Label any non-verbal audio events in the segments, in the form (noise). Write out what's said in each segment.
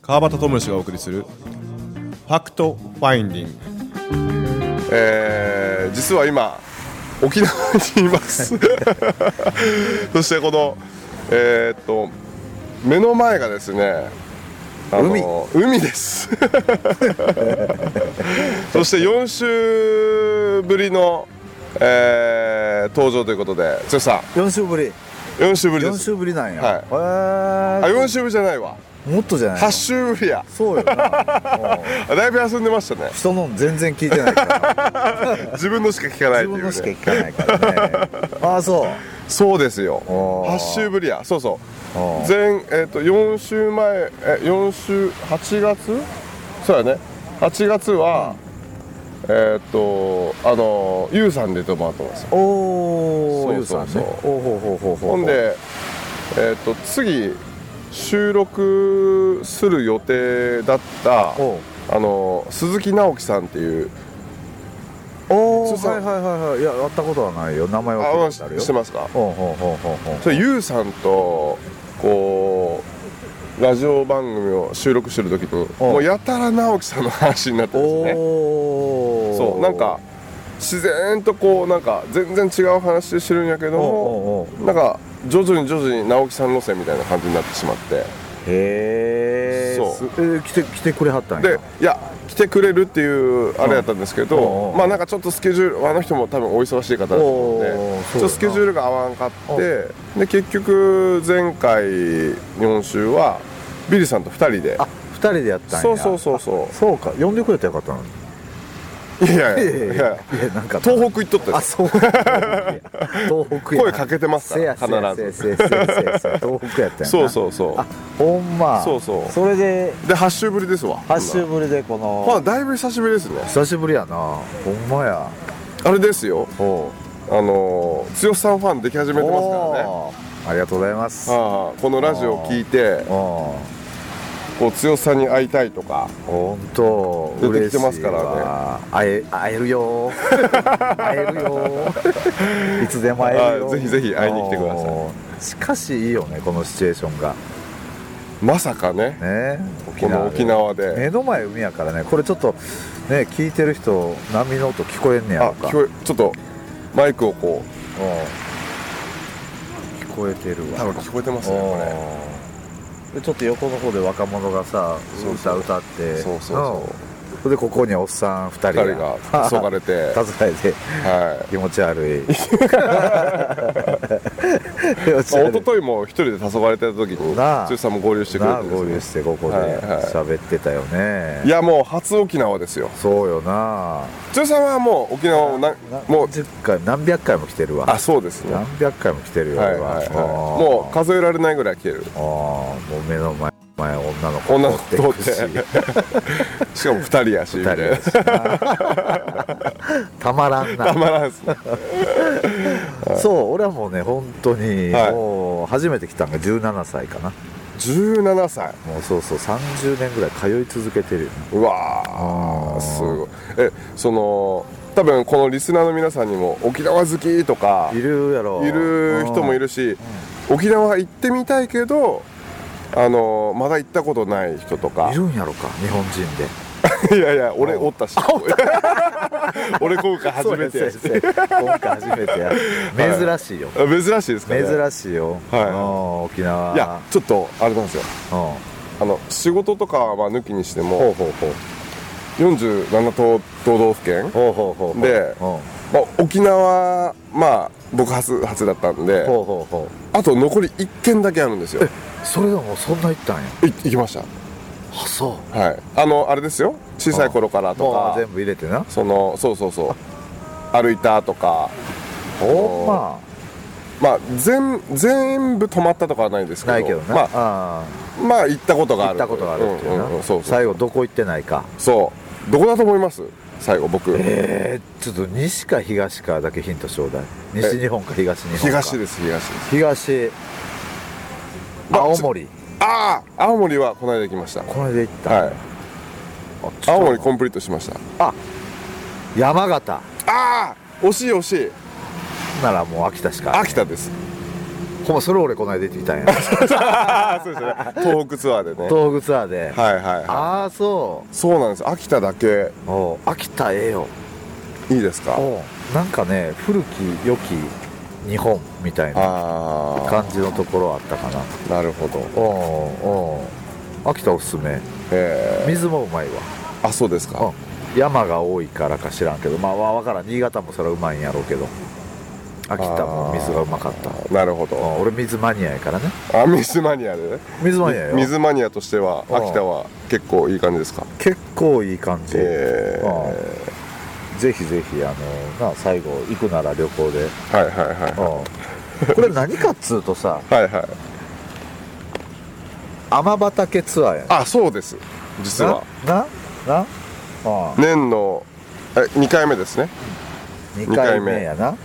川端智がお送りする「ファクトファインディング」えー実は今沖縄にいます (laughs) そしてこのえーっと目の前がですねあの海ですそして4週ぶりの、えー登場ということで剛さ4週ぶりん4週ぶりで4す週ぶりなんや、はいあへえ4週ぶりじゃないわもっとじゃないの8週ぶりやそう (laughs) よなうんあだいぶ休んでましたね人の全然聞いてな (laughs) いから自分のしか聞かない自ってい分う、ねの、しか聞かない (laughs) からねああそうそうですよおー8週ぶりやそうそうおー前、えー、と4週前え4週8月そうやね8月は、えっ、とあのゆうさんで泊まってますよおおそゆううそさうんそうねおうほうほうほうほうほんでえっ、と次収録する予定だったおうあの鈴木直樹さんっていうおおそうそうはいはいはいはいいややったことはないよ名前あは聞いたことあるよしてますかおうほうほうほうほうそれゆうさんとこうラジオ番組を収録してる時にうんもうやたら直樹さんの話になってですねおおそうなんか自然とこうなんか全然違う話してるんやけどもおうおなんか徐々に徐々に直樹さん路線みたいな感じになってしまってへえそうすえー来て来てくれはったんやでいや来てくれるっていうあれやったんですけおうどおうまあなんかちょっとスケジュールあの人も多分お忙しい方だと思うんでおうおうちょっとスケジュールが合わんかってで結局前回4週はビリーさんと2人であ二人でやったんやそうそうそうそそうか呼んでくれたらよかったのにういやいいややいやいいややいやなんか東北行っとったよあそう東北や声かけてますからせや必ずせやせやせやせやせや東北やったんやなそうそうそうあほんまそうそうそれでで8週ぶりですわ8週ぶりでこまあのだいぶ久しぶりですね久しぶりやなほんまやあれですよおうあのー剛さんファンでき始めてますからねおうありがとうございますあおあこのラジオを聞いておうこう剛さんに会いたいとか本当出て嬉きてしいますからねわ会え会えるよ (laughs) 会えるよいつでも会えるよあぜひぜひ会いに来てくださいいしかしいいよねこのシチュエーションがまさかねねこの沖縄で目の前海やからねこれちょっとね聞いてる人波の音聞こえんねやあろか聞こえちょっとマイクをこううん聞こえてる多わ分聞こえてますねこれうんでちょっと横の方で若者がさそうそ歌う歌ってそうそうそううんそれでここにおっさん2人2人が (laughs) 急がれて (laughs) たずらいでは気持ち (laughs) 悪いい、まあ、一昨日気持ち悪いも一人で黄昏れてた時になあ剛さんも合流してくれてなあですね合流してここではいはい喋ってたよねいやもう初沖縄ですよそうよな剛さんはもう沖縄をなもう10回何百回も来てるわあそうですねは何百回も来てるいよはい俺ははいあーもう数えられないぐらい来てるあーもう目の前前女の女の子通子って通ってくししかも2人やしみたいな二人やしなたまらんたなまらんっすねそう俺はもうね本当に、はいもう初めて来たんが17歳かな17歳もうそうそう30年ぐらい通い続けてるよねうわあーーすごいえその多分このリスナーの皆さんにも沖縄好きとかいるやろいる人もいるるし沖縄行ってみたいけどあのまだ行ったことない人とかいるんやろか日本人でいやいや俺おったし (laughs) 俺今回初めてやしそうやそうや今回初めてや珍しいよ、あ珍しいですかね珍しいよ、はいうん沖縄いやちょっとあれなんですようあんの仕事とかはまあ抜きにしてほうもほうほう47都都道府県ほうほうほうほうでうんまあ、沖縄まあ僕初初だったんでほうほうほあと残り1軒だけあるんですようそれでもそんな行ったんやい行きましあそうたはいあのあれですよ小さい頃からともかう全部入れてなそのそうそうそう歩いたとかほんままあ全全部泊まったとかはないですけどないけどな、まあ、あまあ行ったことがあ行っるたことがあるっていうな、んんんそうそう最後どこ行ってないかそうどこだと思います最後僕えー、ちょっと西か東かだけヒントちょうだい西日本か東日本か東です東です東まあ青森ああ青森はこの間行きましたこれで行った、はいあちょっと青森コンプリートしましたあ山形ああ惜しい惜しいならもう秋田しか (laughs) 秋田ですほんまそれ俺この間出てきたんやそうですね東北ツアーでね東北ツアーで、はいはいはいああそそうなんです秋田だけうおう秋田ええよいいですかおうなんかね古き良き日本みたいなあ感じのところあったかなあなるほどおうおう秋田おすすめえ水もうまいわー、あそうですかうん山が多いからか知らんけどまあわわからん新潟もそれはうまいんやろうけど秋田も水がうまかったなるほうどん俺水マニアやからねあ水マニアでね水マニアよ水マニアとしてはうん秋田は結構いい感じですか結構いい感じ、えーうんぜひぜひあのな最後行くなら旅行で、はいはいはいうんこれ何かっつうとさはいはい天畑ツアーやねあそうです実はなななあ年のえ2回目ですね2回目やなはい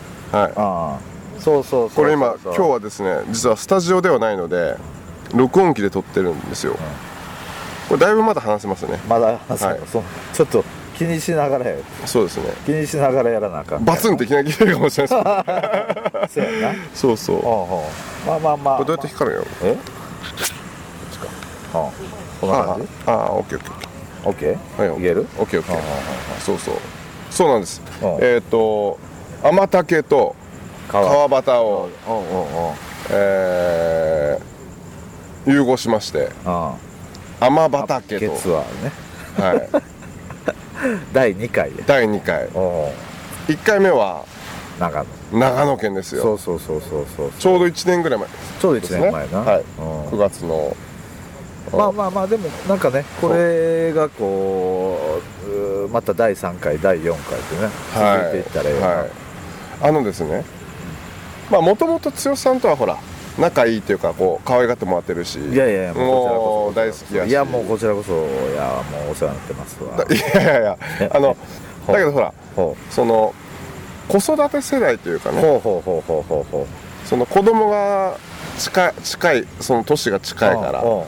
あそうそうそうこれ今今日ははですね実はスタジオではないので録音機で撮ってるんですよこれだいぶまだ話せますねまだ、 (laughs) そうはいそうちょっと気にしながらやそうですね気にしながらやらなあかんバツンっていきなり切れるかもしれないでそうや (laughs) なすそうそうこおうおうまあまあまあれどうやって光るんやえこっちかうんころんなあ感じあああオッケーオッケーオッケ OK、ーはいいけるオッケーオッケうんうんうんーそうそうそうなんですうんえっと天竹と川端をおうおうおうえー融合しましてあ天あ畑とツアーねはい第2回で第2回おお1回目は長野長野県ですそようそうそうそうそうちょうど1年ぐらい前ちょうど1年前な、はいうん9月のまあまあまあでもなんかねこれがこううーまた第3回第4回ってね続いていったらよな、はいあのですねまあもともと剛さんとはほら仲いいっていうかこう可愛がってもらってるしい、やいやいやもうもうこちら大こ好そきやしいやもうこちらこそいやもうお世話になってますわいやいやいやあのだけどほら (laughs) ほその子育て世代というかうねほうほうほうほうほうほうその子供が近い近いその年が近いからうんうんうん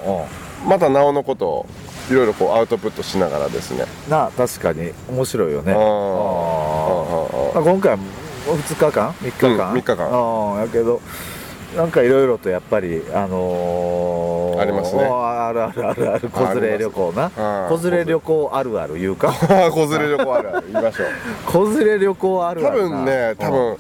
またなおのことをいろいろこうアウトプットしながらですねなあ確かに面白いよねうんあーうんまあ、今回も2日間3日間、うん三日間うんやけどなんかいろいろとやっぱりあのーありますねあるあるあるある子連れ旅行なあります子連れ旅行あるある言う (laughs) か子連れ旅行あるある言いま (laughs) しょう子連れ旅行ある多あるな分ね多分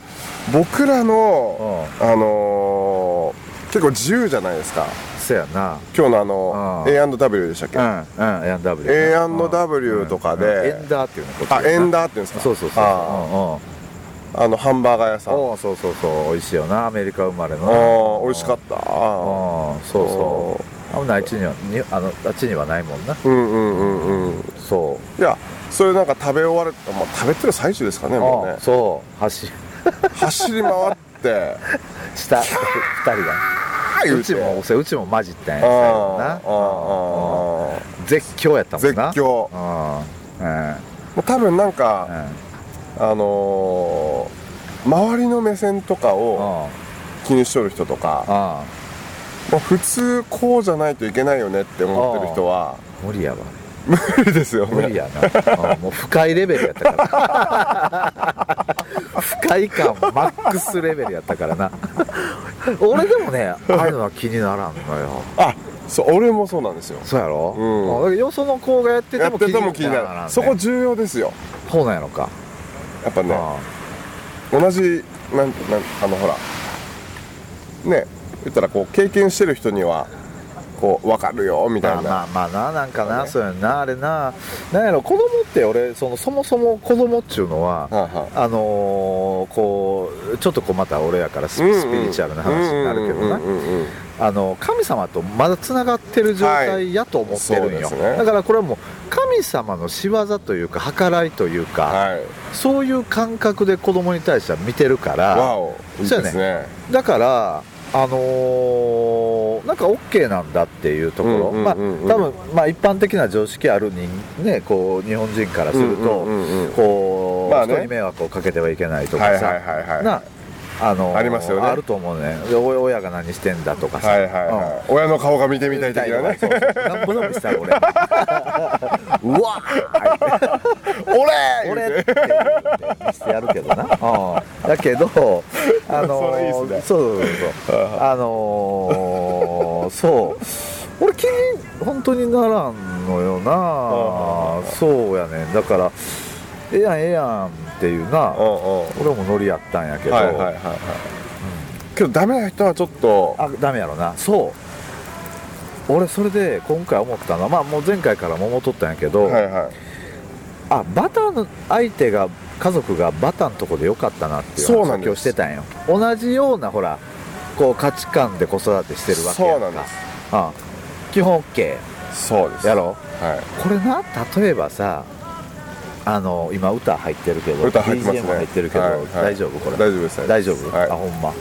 僕らのうあのー結構自由じゃないですかそやな今日のあのうん A&W でしたっけうんあうん A&W な A&W とかでうんエンダーっていうのこっちエンダーって言うんですかそうそうそうあうーあのハンバーガー屋さんんうんおうそうそうそう美味しいよなアメリカ生まれのあー美味しかっったたあそうそうあんなあっちにはにあのあっちにはないもんなーうんうんうんうんそういやそれなんか食べ終わるまあ食べてる最中ですかねもうあねあそう走る走り回って下二人がああ言 (laughs) うちもそううちも混じったんや最後あーあーなあーうん絶叫やったもんな絶叫うんうんもう多分なんか、うんあのー周りの目線とかをうん気にしとる人とか、あもう普通こうじゃないといけないよねって思ってる人はー無理やわ無理ですよ無理ねやなうんもう不快レベルやったから (laughs) 不快感マックスレベルやったからな俺でもねああいうのは気にならんのよあそう俺もそうなんですよそうやろ、うんだからよその子がやってやてっもてても気になるらんねそこ重要ですよそうなんやろか、やっぱねあ同じなんなんあのほらね言ったらこう経験してる人にはこう分かるよみたいまな、あまあまあななんかなそそうやんなあれななんやろ子供って俺そのそもそも子供っちゅうのは、はいはいあのーこうちょっとこうまた俺やからススピリチュアルな話になるけどうんなうんうんうんあの神様とまだつながってる状態やと思ってるんはいよ、そうですねだからこれはもう神様の仕業というか計らいというか、はいそういう感覚で子供に対しては見てるからわおいいそうやねですねだからあのーなんか OK なんだっていうところ、うんうんうんうんまあ多分まあ一般的な常識ある人ねこう日本人からすると、うんうんうんうんこう、まあね人に迷惑をかけてはいけないとはいかはいさ、はいはいなあのありますよねあると思うねでお親が何してんだとかさはいはいはい、親の顔が見てみたい的なね (laughs) そうそうそうなんぼなんぼしたら俺うわー「俺!」俺言うってて言って見せてやるけどな、うんだけどあのそれいいっすねそうそうそうそうあのーそう俺気に本当にならんのよなそうやねんだからええやんええやんっていううんうんなは俺もノリやったんやけいど、はいはいはいけどダメな人はちょっとあダメやろなそう俺それで今回思ったのはまあもう前回からも思っとったんやけど、はいはいあバターの相手が家族がバターのとこでよかったなっていうそうなんで話すをしてたんよ同じようなほらこう価値観で子育てしてるわけやんかそうなんですあ基本 OK そうですやろはいこれな例えばさあの今歌入ってるけど歌入ってますね BGM 入ってるけど、はいはい大丈夫これ大丈夫です大丈夫、はいあほんま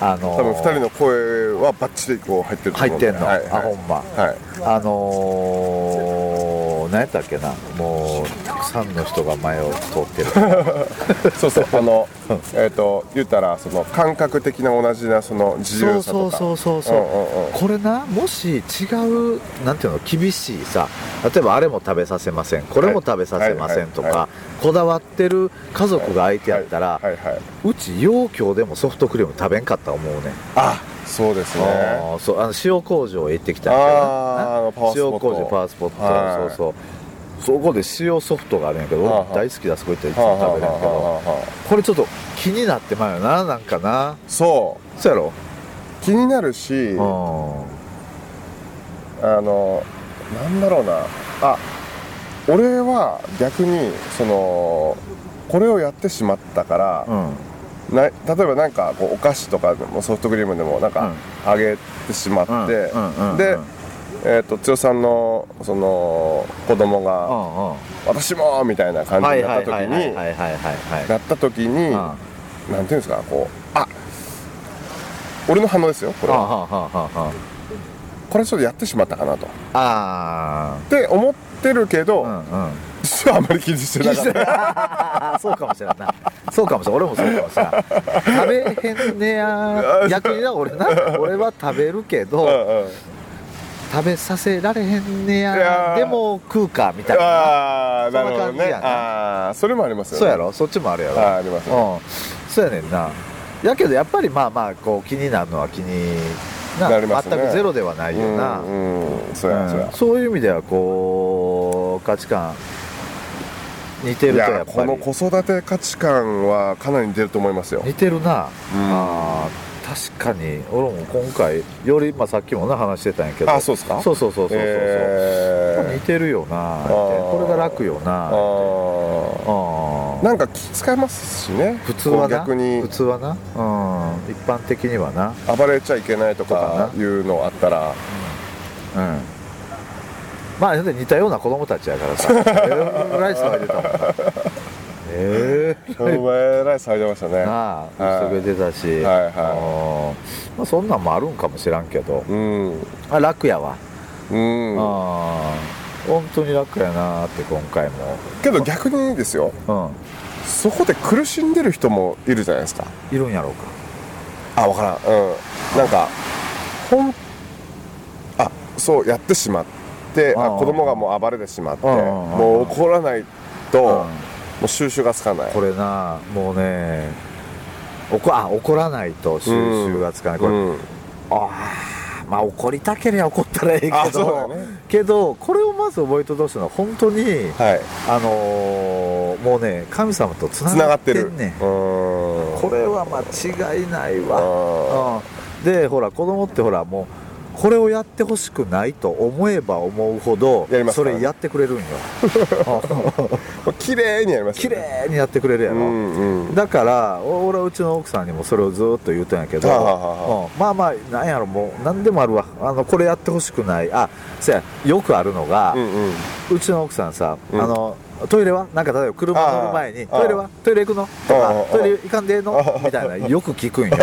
あの多分二人の声はバッチリこう入ってると思う入ってんの、はいはあいほんはまいあのー、何やったっけなもうたくさんの人が前を通ってるそうそうあの (laughs) えっと言ったらその感覚的な同じなその自そ由うさそとうかそうそうそう,、んうんうんこれなもし違うなんていうの厳しいさ例えばあれも食べさせませんこれも食べさせませんとか、はいはこだわってる家族が相手やったら、はいはいはいうち陽郷でもソフトクリーム食べんかった思うねんあそうですねあーそうあの塩工場へ行ってきたんあーあのやけパワースどポッな塩ト工場パワースポット、はいそうそうそこで塩ソフトがあるんやけどはあはあ俺大好きだそこ行ったらいつはあもはあ食べはるんあやけどはあはあこれちょっと気になってまうよななんかなそそうやうろ気になるしうあのなんだろうなあ俺は逆にそのこれをやってしまったから、んうんな例えばなんかこうお菓子とかでもソフトクリームでもなんかあげてしまって、うんうんうんうんで、えー、と剛さんのその子供うがんうん「私も!」みたいな感じはにいなはっいた時はいはいにはいはいはいなった時にうんなんていうんですかこうあ俺の反応ですよこれはあははあはあはこれちょっとやってしまったかなとっああて思ってるけど、あうんうん実はあまり気にしてなかったそうかもしれんなそうかもしれん俺もそうかもしれん食べへんねや逆にな俺 (laughs) な俺は食べるけど、うんうん食べさせられへんねやいやーでも食うかみたいなああなるほどそんな感じねやねああそれもありますよねそうやろそっちもあるやろあーありますねうん、そうやねんなやけどやっぱりまあまあこう気になるのは気にななりますね全くゼロではないよな、うんうんそうやそううんやそういう意味ではこう価値観似てるいとややっぱこりの子育て価値観はかなり似てると思いますよ似てるな、うんあー確かに俺も今回より、まあ、さっきもな話してたんやけどあそうっすかそうそうそうそうそう、似えてるよなってあーこれが楽よなーっあてあーーなんか気使いますしね普通はこうな逆に普通はな、うん、一般的にはな、暴れちゃいけないとかいうのあったらうん、まあ似たような子供たちや (laughs) からさえーライス食べてたもんええお前ライス入ってましたねなはあい薄毛出たし、はいはいうんまあ、そんなんもあるんかもしらんけど、うんあ楽やわ、うんあー本当に楽やなって今回も、けど逆にですようそこで苦しんでる人もいるじゃないですかん、いるんやろうかあ分からんうんなんかほんあそうやってしまってあうん子供がもう暴れてしまってうんもう怒らないとうもんう収拾がつかないこれなもうねおこあ怒らないと収集がつかない、これ、うんああまあ怒りたけりゃ怒ったらええけあそうど、だねけどこれをまず覚えてほしいのは本当にはいあのーもうね神様とつつななががっっててるんねんうんこれは間違いないわ、あうん、でほら子供ってほらもうこれをやってほしくないと思えば思うほどやりますかそらねれやってくれるんようん (laughs) ー綺麗にやります綺よね麗にやってくれるやうろ、んうんだからお俺はうちの奥さんにもそれをずーっと言うたんやけど、はあはあはうんまあまあなんやろもう何でもあるわあのこれやってほしくないあそやよくあるのがう、んうんうちの奥さんさ、うんあのトイレはなんか例えば車乗る前に「ああトイレはトイレ行くの?」とああか「トイレ行かんでええの?」みたいなよく聞くんよ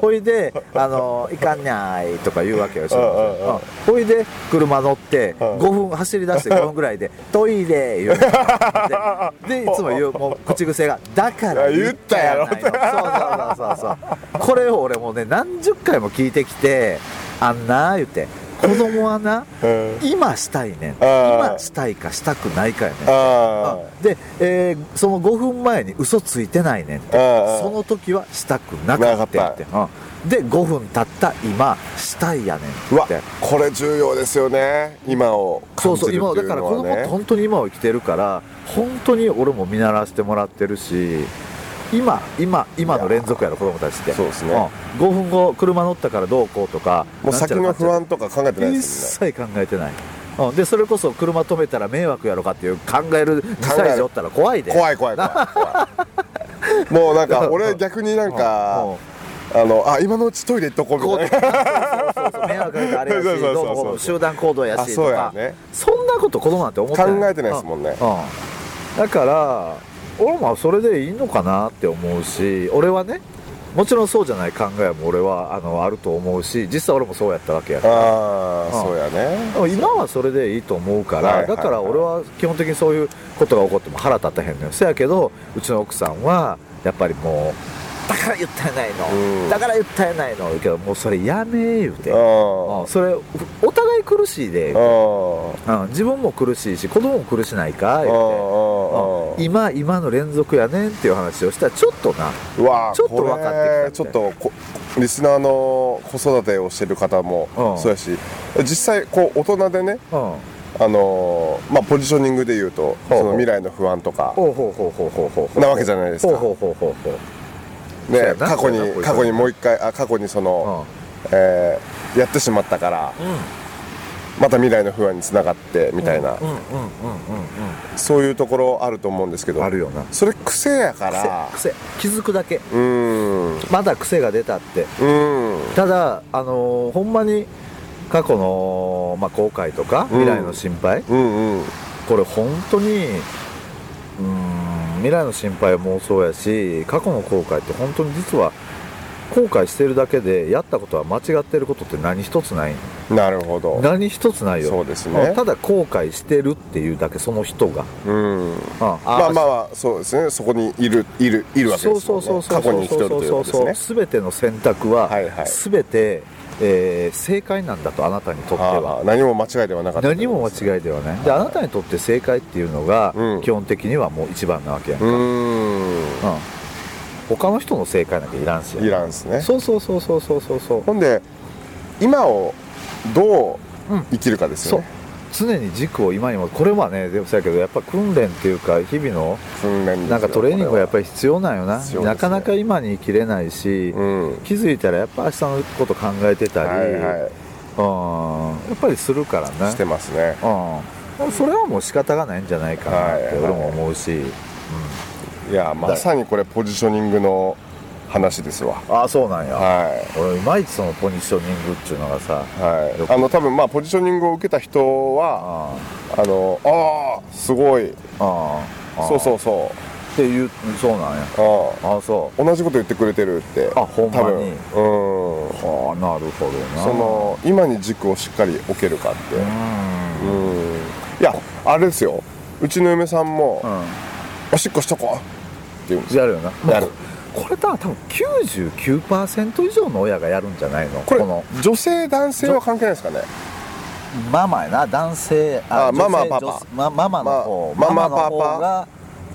ほいで「あの行かんにゃーい」とか言うわけよそういうことああああうんほいで車乗ってあ5分走り出して5分ぐら (laughs) いで「トイレ」言うででいつも言うもう口癖が「だから言ったやろ」言ったそうそうそうそうこれを俺もうね何十回も聞いてきてあんなー言って子供はなうん今したいねんあー今したいかしたくないかやねんあで、えーその5分前に嘘ついてないねんってああその時はしたくなかったってうんで5分経った今したいやねんあうわってこれ重要ですよね今をそ感うじそるうっていうのは、ね、今だから子供って本当に今を生きてるから本当に俺も見習わせてもらってるし今今今の連続やろ子供たちってそうですねん5分後車乗ったからどうこうとかもうなんちゃ先のらかんちゃら不安とか考えてないで一す切考えてない、うん、でそれこそ車止めたら迷惑やろかっていう考える2歳児おったら怖いでもんね怖い怖い怖い怖いもうなんか俺逆になんうんうかんあのあ今のうちトイレ行っとこうみたいなそう (laughs) そう迷惑やからあれやしそうそうそうそうどうもこうも集団行動やあしそとうやかねそんなこと子供なんて思ってない考えてないですもんねうんだから俺もそれでいいのかなって思うし俺はねもちろんそうじゃない考えも俺はあのあると思うし実際俺もそうやったわけやからああうんそうやねでも今はそれでいいと思うから、はいはいはいだから俺は基本的にそういうことが起こっても腹立たへんのよせやけどうちの奥さんはやっぱりもうだから言ったやないの、うんだから言ったやないの言うけどもうそれやめー言うて、あうんそれお互い苦しいであ、あうん自分も苦しいし子供も苦しないかあ言うてあうん今今の連続やねんっていう話をしたらちょっとなうわあちょっと分かってきたねこれちょっとこリスナーの子育てをしてる方もうんそうやし実際こう大人でねうんあのーまあポジショニングで言うとほうその未来の不安とかほうほうほうほうほうほうほうなわけじゃないですほうかほうほうほうほうそうねやな過去そうやなこにいつ過去にもう一回あ過去にそのえーやってしまったからうんうんまた未来の不安につながってみたいなうんうんうんうんそういうところあると思うんですけうんどあるよなそれ癖やから癖癖気づくだけうーんうまだ癖が出たってーんただあのーほんまに過去の、まあ、後悔とか未来の心配、うんうんこれ本当にうーん未来の心配もそうやし過去の後悔って本当に実は後悔してるだけでやったことは間違ってることって何一つないなるほど何一つないよそうですねんただ後悔してるっていうだけその人が、うんうんあまあまあまあそうですねそこにいるいるいるわけそうですそもうそんうねそ過う去に生きとるということですねそうそうそう全ての選択ははいはい全て、えー正解なんだとあなたにとってああは何も間違いではなかった何も間違いではないであなたにとって正解っていうのがうん基本的にはもう一番なわけやんうーんうん、他の人の正解なんかいらんしいらんですねそうそうそうそうそうそうそうほんで今をどううん生きるかですそようね、常に軸を今にもこれはねでもそうやけどやっぱ訓練っていうか日々の訓練ですよなんかトレーニングがやっぱり必要なんよな、必要ですねなかなか今に生きれないし、うん気づいたらやっぱ明日のこと考えてたり、はいはうんやっぱりするからいねしてますねうん、それはもう仕方がないんじゃないかなって俺も思うし、いやまさにこれポジショニングの話ですわああそうなんや、は俺いまいちそのポジショニングっていうのがさいはいあの多分まあポジショニングを受けた人はああのああすごいあああそうそうそっていうそうなんやうああああそ同じこと言ってくれてるってあほんまに多分うんうはあなるほどなその今に軸をしっかり置けるかってううんんいやあれですようちの嫁さんもうん「おしっこしとこう」って言うんですよやるよなやるこれだ多分99%以上の親がやるんじゃないのこれの女性男性は関係ないですかねママやな男性あ女マ性マパパ女性まママの方、まママママの方が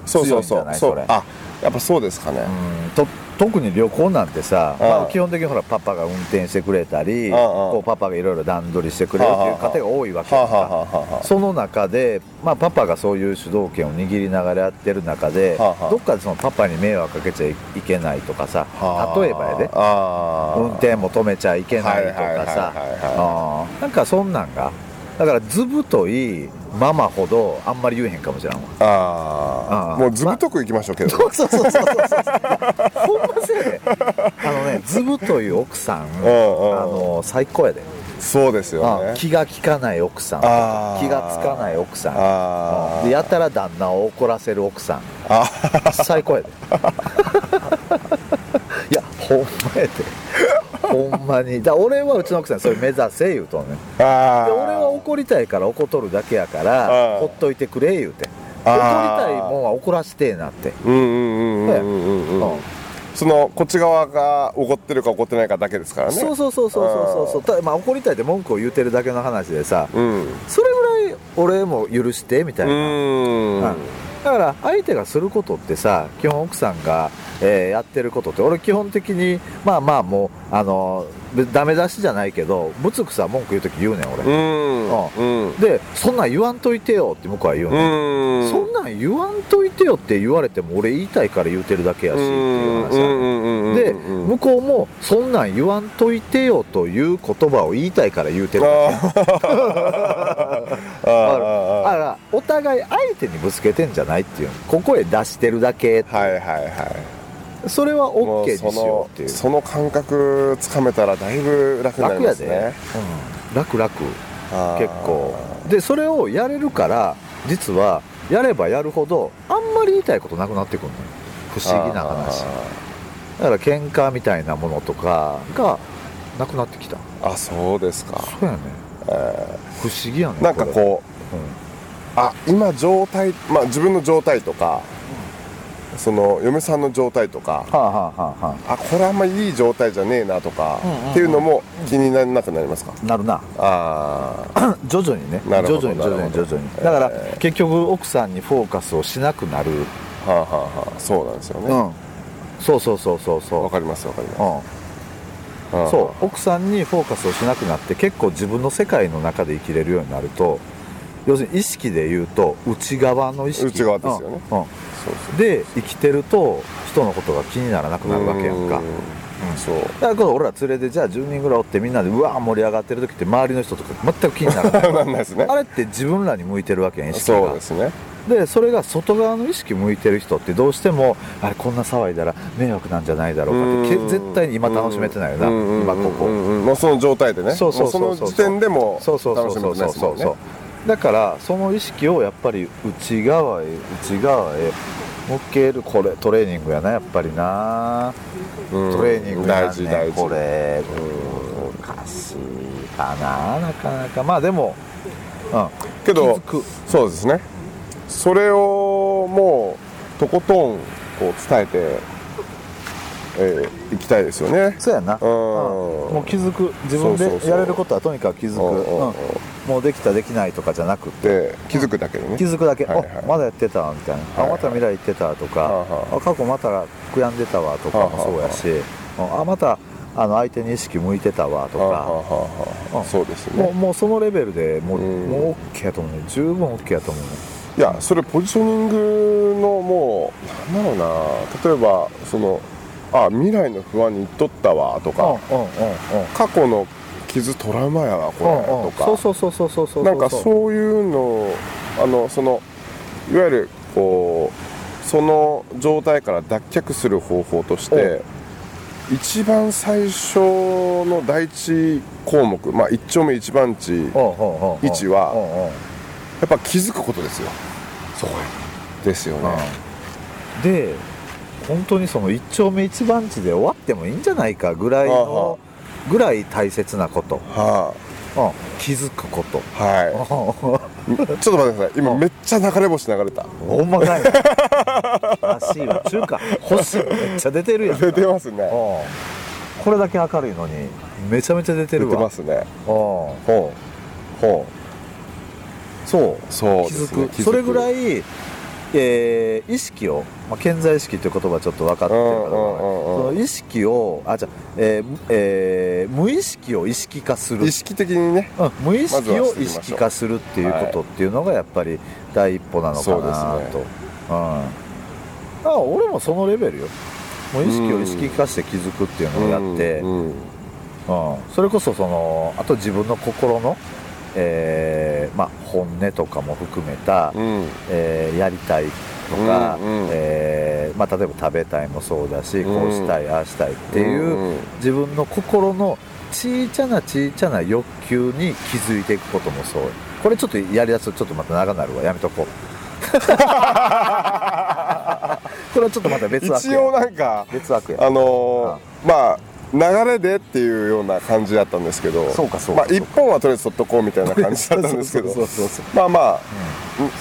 そうそう強いんじそゃなういそそうれあやっぱそうですかねうんと特に旅行なんてさ、ああまあ、基本的にほらパパが運転してくれたりああああこうパパがいろいろ段取りしてくれるっていう家庭が多いわけはあやんはあかはあはあその中で、まあ、パパがそういう主導権を握りながらやってる中で、はあはあどっかでそのパパに迷惑かけちゃいけないとかさ、はあ例えばやでああ運転も止めちゃいけないとかはいはいはいはいさうんなんかそんなんがだからずぶといママほどあんまり言えへんかもしれんわ。ああああもうずぶとく行きましょうけどそうそうそうそうそうほんまそうやであのねずぶとい奥さんあんうんの最高やでそうですよあね気が利かない奥さんとあかー気がつかない奥さんあーでやたら旦那を怒らせる奥さんあ最 (laughs) 高やでいやほんまやでほんまにだ俺はうちの奥さんそれ目指せ言うとんねんであ俺は怒りたいから怒っとるだけやからあーほっといてくれ言うて怒りあーたいもんは怒らせてえなってうんうんうんうんうんうんうんうんそのこっち側が怒ってるか怒ってないかだけですからねそうそうそうそうそうそうただまあ怒りたいって文句を言うてるだけの話でさうんそれぐらい俺も許してみたういな、んうんだから相手がすることってさ基本奥さんが、えーやってることって俺基本的にまあまあもうあのべダメ出しじゃないけどぶつくさ文句言う時言うねん俺、うんあうんでそんなん言わんといてよって向こうは言うねん、うんそんなん言わんといてよって言われても俺言いたいから言うてるだけやしっていう話やねん話で向こうもそんなん言わんといてよという言葉を言いたいから言うてる (laughs) だけあだかああらお互い相手にぶつけてんじゃないっていうここへ出してるだけはいはいはいそれはも OK うにしそよのうっていうその感覚つかめたらだいぶ楽になり楽まやすで、ねうん、楽楽あー結構でそれをやれるから実はやればやるほどあんまり言いたいことなくなってくるのよ不思議な話だから喧嘩みたいなものとかがなくなってきたあーあそうですかそうやねえ不思議やねーなんかれこううんあ今状態まあ自分の状態とかその嫁さんの状態とかはあはあはあはあこれあんまいい状態じゃねえなとかうんうんうんっていうのも気にならなくなりますかあなるな (coughs) ああ徐々にね徐なるほど々に徐々になる徐ほど々にだから、え結局奥さんにフォーカスをしなくなる、はあはあはあそうなんですようねんそうそうそうそうそわうかりますわかりますうんああそう奥さんにフォーカスをしなくなって結構自分の世界の中で生きれるようになると要するに意識で言うと内側の意識内側ですよねうんうんそうそうで生きてると人のことが気にならなくなるわけやんかうーんそう (laughs) だからこそ俺ら連れてじゃあ10人ぐらいおってみんなでうわー盛り上がってる時って周りの人とか全く気にな (laughs) らないなんないですねあれって自分らに向いてるわけやん意識がそうですねでそれが外側の意識向いてる人ってどうしてもあれこんな騒いだら迷惑なんじゃないだろうかってけうん絶対に今楽しめてないよなうん今ここうんうんうんもうその状態でねそうそうそうもその時点でもそう楽しそうそめうそうてないそうですそもうんねだからその意識をやっぱり内側へ内側へ向けるこれトレーニングやなやっぱりな、うんトレーニングや大ね事大事これ難しいかななかなかまあでも、うん、けど気づくそうですねそれをもうとことんこう伝えてえーいきたいですよねそうやな、うんもう気づく自分そうそうそでうやれることはとにかく気づくうんうんうんうんもうできたできないとかじゃなくてで気づくだけでね気づくだけ、はいはいあまだやってたみたいな、はいはいあまた未来行ってたとか、はいはいあ過去また悔やんでたわとかもそうやし、うんあまたあの相手に意識向いてたわとはあはあはか、あはあうんそうですもうねもうそのレベルでもう,、うんもう OK やと思うね十分 OK やと思うねいやそれポジショニングのもうなんだろうな例えばそのあ未来の不安にいっとったわとかうんうんうんうん過去の傷トラウマやわこれうんうとんかそうそうそうそうそうそうなんかそういうのをあのそのいわゆるこうその状態から脱却する方法として一番最初の第一項目まあ一丁目一番地やうんうんうんうん位置はうんうんっぱ気づくことですよそうやですよねで本当にその一丁目一番地で終わってもいいんじゃないかぐらいのぐらい大切なこと、はうん気づくことい (laughs) はほいちょっと待ってください今めっちゃ流れ星流れたんまかいならしいわ中華星めっちゃ出てるやん出てますうんねこれだけ明るいのにめちゃめちゃ出て出るてわますねうんほうほうそうそう気でづすくねそれぐらいい、えー意識を、まあ、健在意識という言葉ちょっと分かってるかうんうら、んうんうんその意識をあじゃあえーえー無意識を意識化する意識的にねうん無意識まずはをしてい意きましょう識化するっていうことっていうのがやっぱり第一歩なのかなと、そうですねうん、あ俺もそのレベルよもう意識を意識化して気づくっていうのをやって、うんうんうん、それこそそのあと自分の心の、えーまあ、本音とかも含めた、うんえーやりたいとか、うんうんえーまあ、例えば食べたいもそうだし、うんこうしたいああしたいっていう、うんうん自分の心の小ちゃな小ちゃな欲求に気づいていくこともそうこれちょっとやりだすとちょっとまた長なるわやめと (laughs) こうこれはちょっとまた別枠一や応なんか別枠やあのーまあ流れでっていうような感じだったんですけどそうかそうまかあ一本はとりあえず取っとこうみたいな感じだったんですけ (laughs) そうどそうそうまあまあ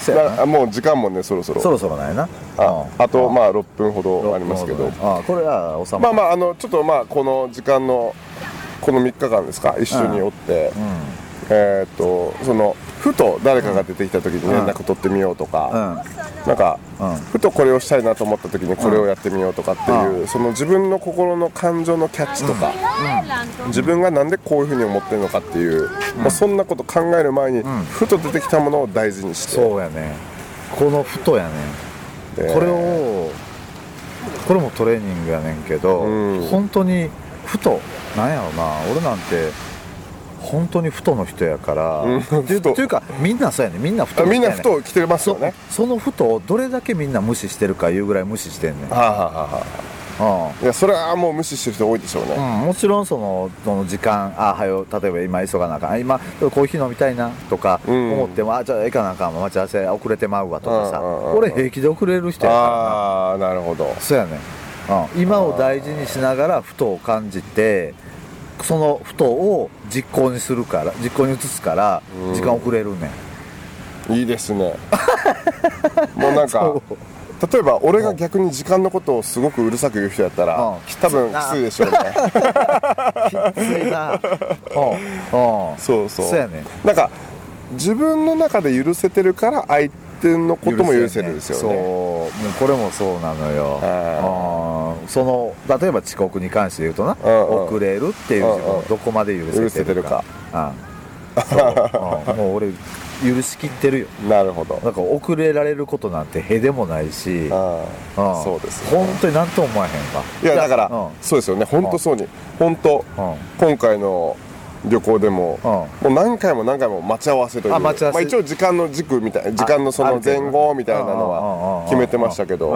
そうやななもう時間もねそろそろそろそろないなあうんあとまあ6分ほどありますけどあこれは収ままある、まああのちょっとまあこの時間のこの3日間ですか一緒におって、えーっとそのふと誰かが出てきた時に連絡取ってみようとか、なんか、うんふとこれをしたいなと思った時にこれをやってみようとかっていう、その自分の心の感情のキャッチとか、自分がなんでこういうふうに思ってるのかっていう、まあ、そんなこと考える前に、ふと出てきたものを大事にしてそうやねこのふとやねでこれをこれもトレーニングやねんけど、うん本当にふとなんやろな俺なんて本当にふとの人やから、うんっていうふとっていうかみんなそうやねみんなふあとのみ人んなやねふと来てますよね。そのふとをどれだけみんな無視してるかいうぐらい無視してんねん、はあ、はあはあはあうんいやそれはもう無視してる人多いでしょうね。うん、もちろんそのその時間あはよ例えば今急がなあかんあ今コーヒー飲みたいなとかうん思っても、あじゃあええかなあかんわ待ち合わせ遅れてまうわとかさ、うんうんうん俺平気で遅れる人やからなああーなるほどそうやね、うん、今を大事にしながらふとを感じてそのふとを実行にするから実行に移すからうん時間遅れるね、いいです (laughs) ねもうなんかそう例えば俺が逆に時間のことをすごくうるさく言う人やったら、うん多分きついでしょうね (laughs) きついな (laughs) うんうんそうそうそうやねなんか自分の中で許せてるから相手のことも許せるんですよそうねもうこれもそうなのよあうんその例えば遅刻に関して言うとな、うんうん遅れるっていう自分うんうをんどこまで許せてるかうんそううんもう俺許しきってるよなるほどなんか遅れられることなんてへでもないし、うんああそうですね本当になんとも思わへんわいやだから、うんそうですよね本当そうに本当、うん今回の旅行でも、もう何回も何回も待ち合わせというあ待ち合わせまあ、一応時間の軸みたいな時間のそああのるけど前な後みたいなのうんうんうんうんは決めてましたけど、うん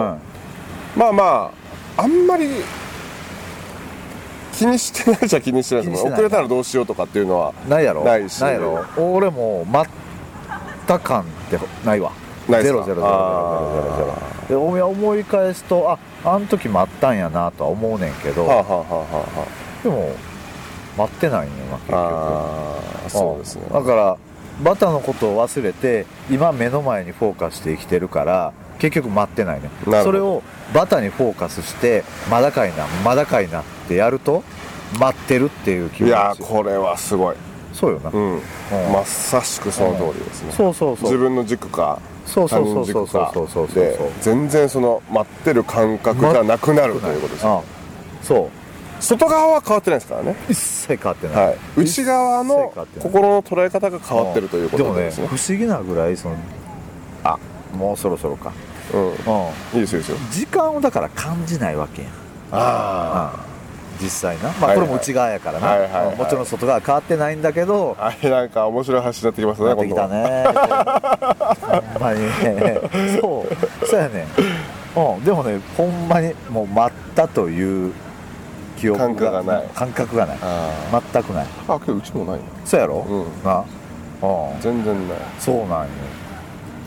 まあまああんまり気にしてないじゃ気にしてないですも気にしてんない遅れたらどうしようとかっていうのはないやろないしやろ俺も待った感ってないわないっゼすロかゼロゼロゼロゼロゼロでお前思い返すとああの時待ったんやなとは思うねんけど、はあはあはあはでも待ってないねんな結あ局はああーそうですねんだからバタのことを忘れて今目の前にフォーカスして生きてるから結局待ってないねほどそれをバタにフォーカスしてまだかいなまだかいなってやると待ってるっていうい気持ちやーこれはすごい、そうよな、うんんまさしくその通りですね、そうそうそう自分の軸かそう他そ人のうそうそう軸かそうそうそうそうで全然その待ってる感覚がなくなるということですあそ外側は変わってないですからね、う一切変わってない、はい、内側の一切変わってない心の捉え方が変わってるということでですねもね不思議なぐらいそのあもうそろそろか、うんういいですよいいですよん、時間をだから感じないわけやんあうん実際な、まあ、はいこはれいも内側やからな、はいはいはいうんもちろん外側は変わってないんだけどあれなんか面白い話になってきますねなってきたねほんまにねそうそうやねん、うん、でもねほんまにもう待ったという記憶感覚がない感覚がないあ全くないああけどうちもないなそうやろ、うんなうん全然ないそうなんよ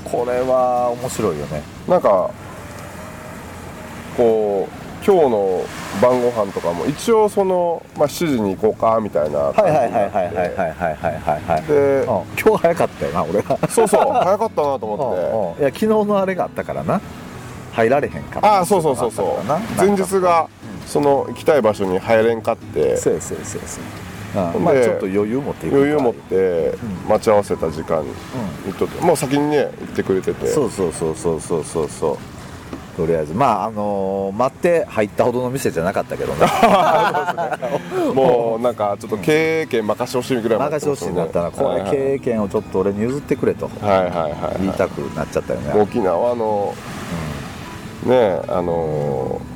これは面白いよねなんかこう今日の晩ご飯とかも一応その、まあ、7時に行こうかみたいな感はじいにはいはないってはいはいはいはいはいはいはいでうん今日早かったよな俺がそうそう早かったなと思ってうんうんいや昨日のあれがあったからな入られへんからああそうそうそうそあうったからな前日がその行きたい場所に入れんかってそうやそうやそうやそうやうんでまあちょっと余裕持っていく余裕持って待ち合わせた時間に行っとってもう先にね行ってくれててそうそうそうそうそうそうそうとりあえずまああのー待って入ったほどの店じゃなかった (laughs) けどねもうなんかちょっと経営権任してほしいぐらいまで任せてほしいなったらこはいれはい経営権をちょっと俺に譲ってくれとはいはいはい言いはたくなっちゃったよいね沖縄のねえあのー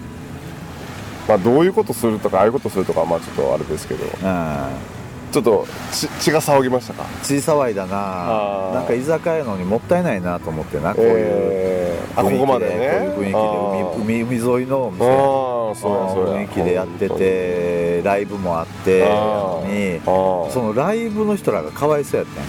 まあどういうことするとかああいうことするとかはまあちょっとあれですけどうんちょっと血血が騒ぎましたか小さ騒いだなあーなんか居酒屋やのにもったいないなと思ってなこういうえーあこ雰囲気で、こまでねこういう雰囲気で海海海沿いのあ店ーそうやそうや雰囲気でやっててライブもあってやのにあそのライブの人らがかわいそうやったん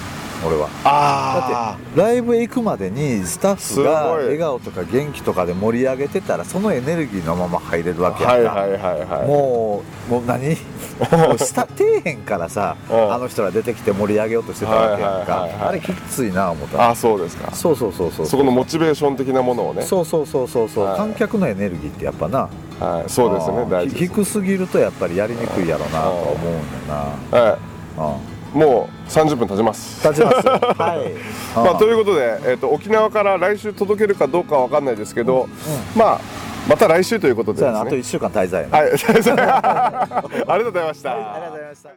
俺はだあってライブへ行くまでにスタッフがすごい笑顔とか元気とかで盛り上げてたらそのエネルギーのまま入れるわけやんはいか、はいはいはいもうもう何 (laughs) もう下底辺からさうんあの人ら出てきて盛り上げようとしてたわけやはいはんか、いはいはいあれきついな思ったあそうですかそうそうそうそうそこのモチベーション的なものをねそうそうそうそうそう、はい観客のエネルギーってやっぱなはい、そうですねん大事ひです低すぎるとやっぱりやりにくいやろうなとは思うんだなはあい、もう30分経ちます立ちま (laughs) す (laughs) はいまあ、といううことで、えー、と沖縄から来週届けるかどうかは分かんないですけど、まあまた来週ということでそうでやなあすとね (laughs) 1週間滞在やなはいありがとうございました、ありがとうございました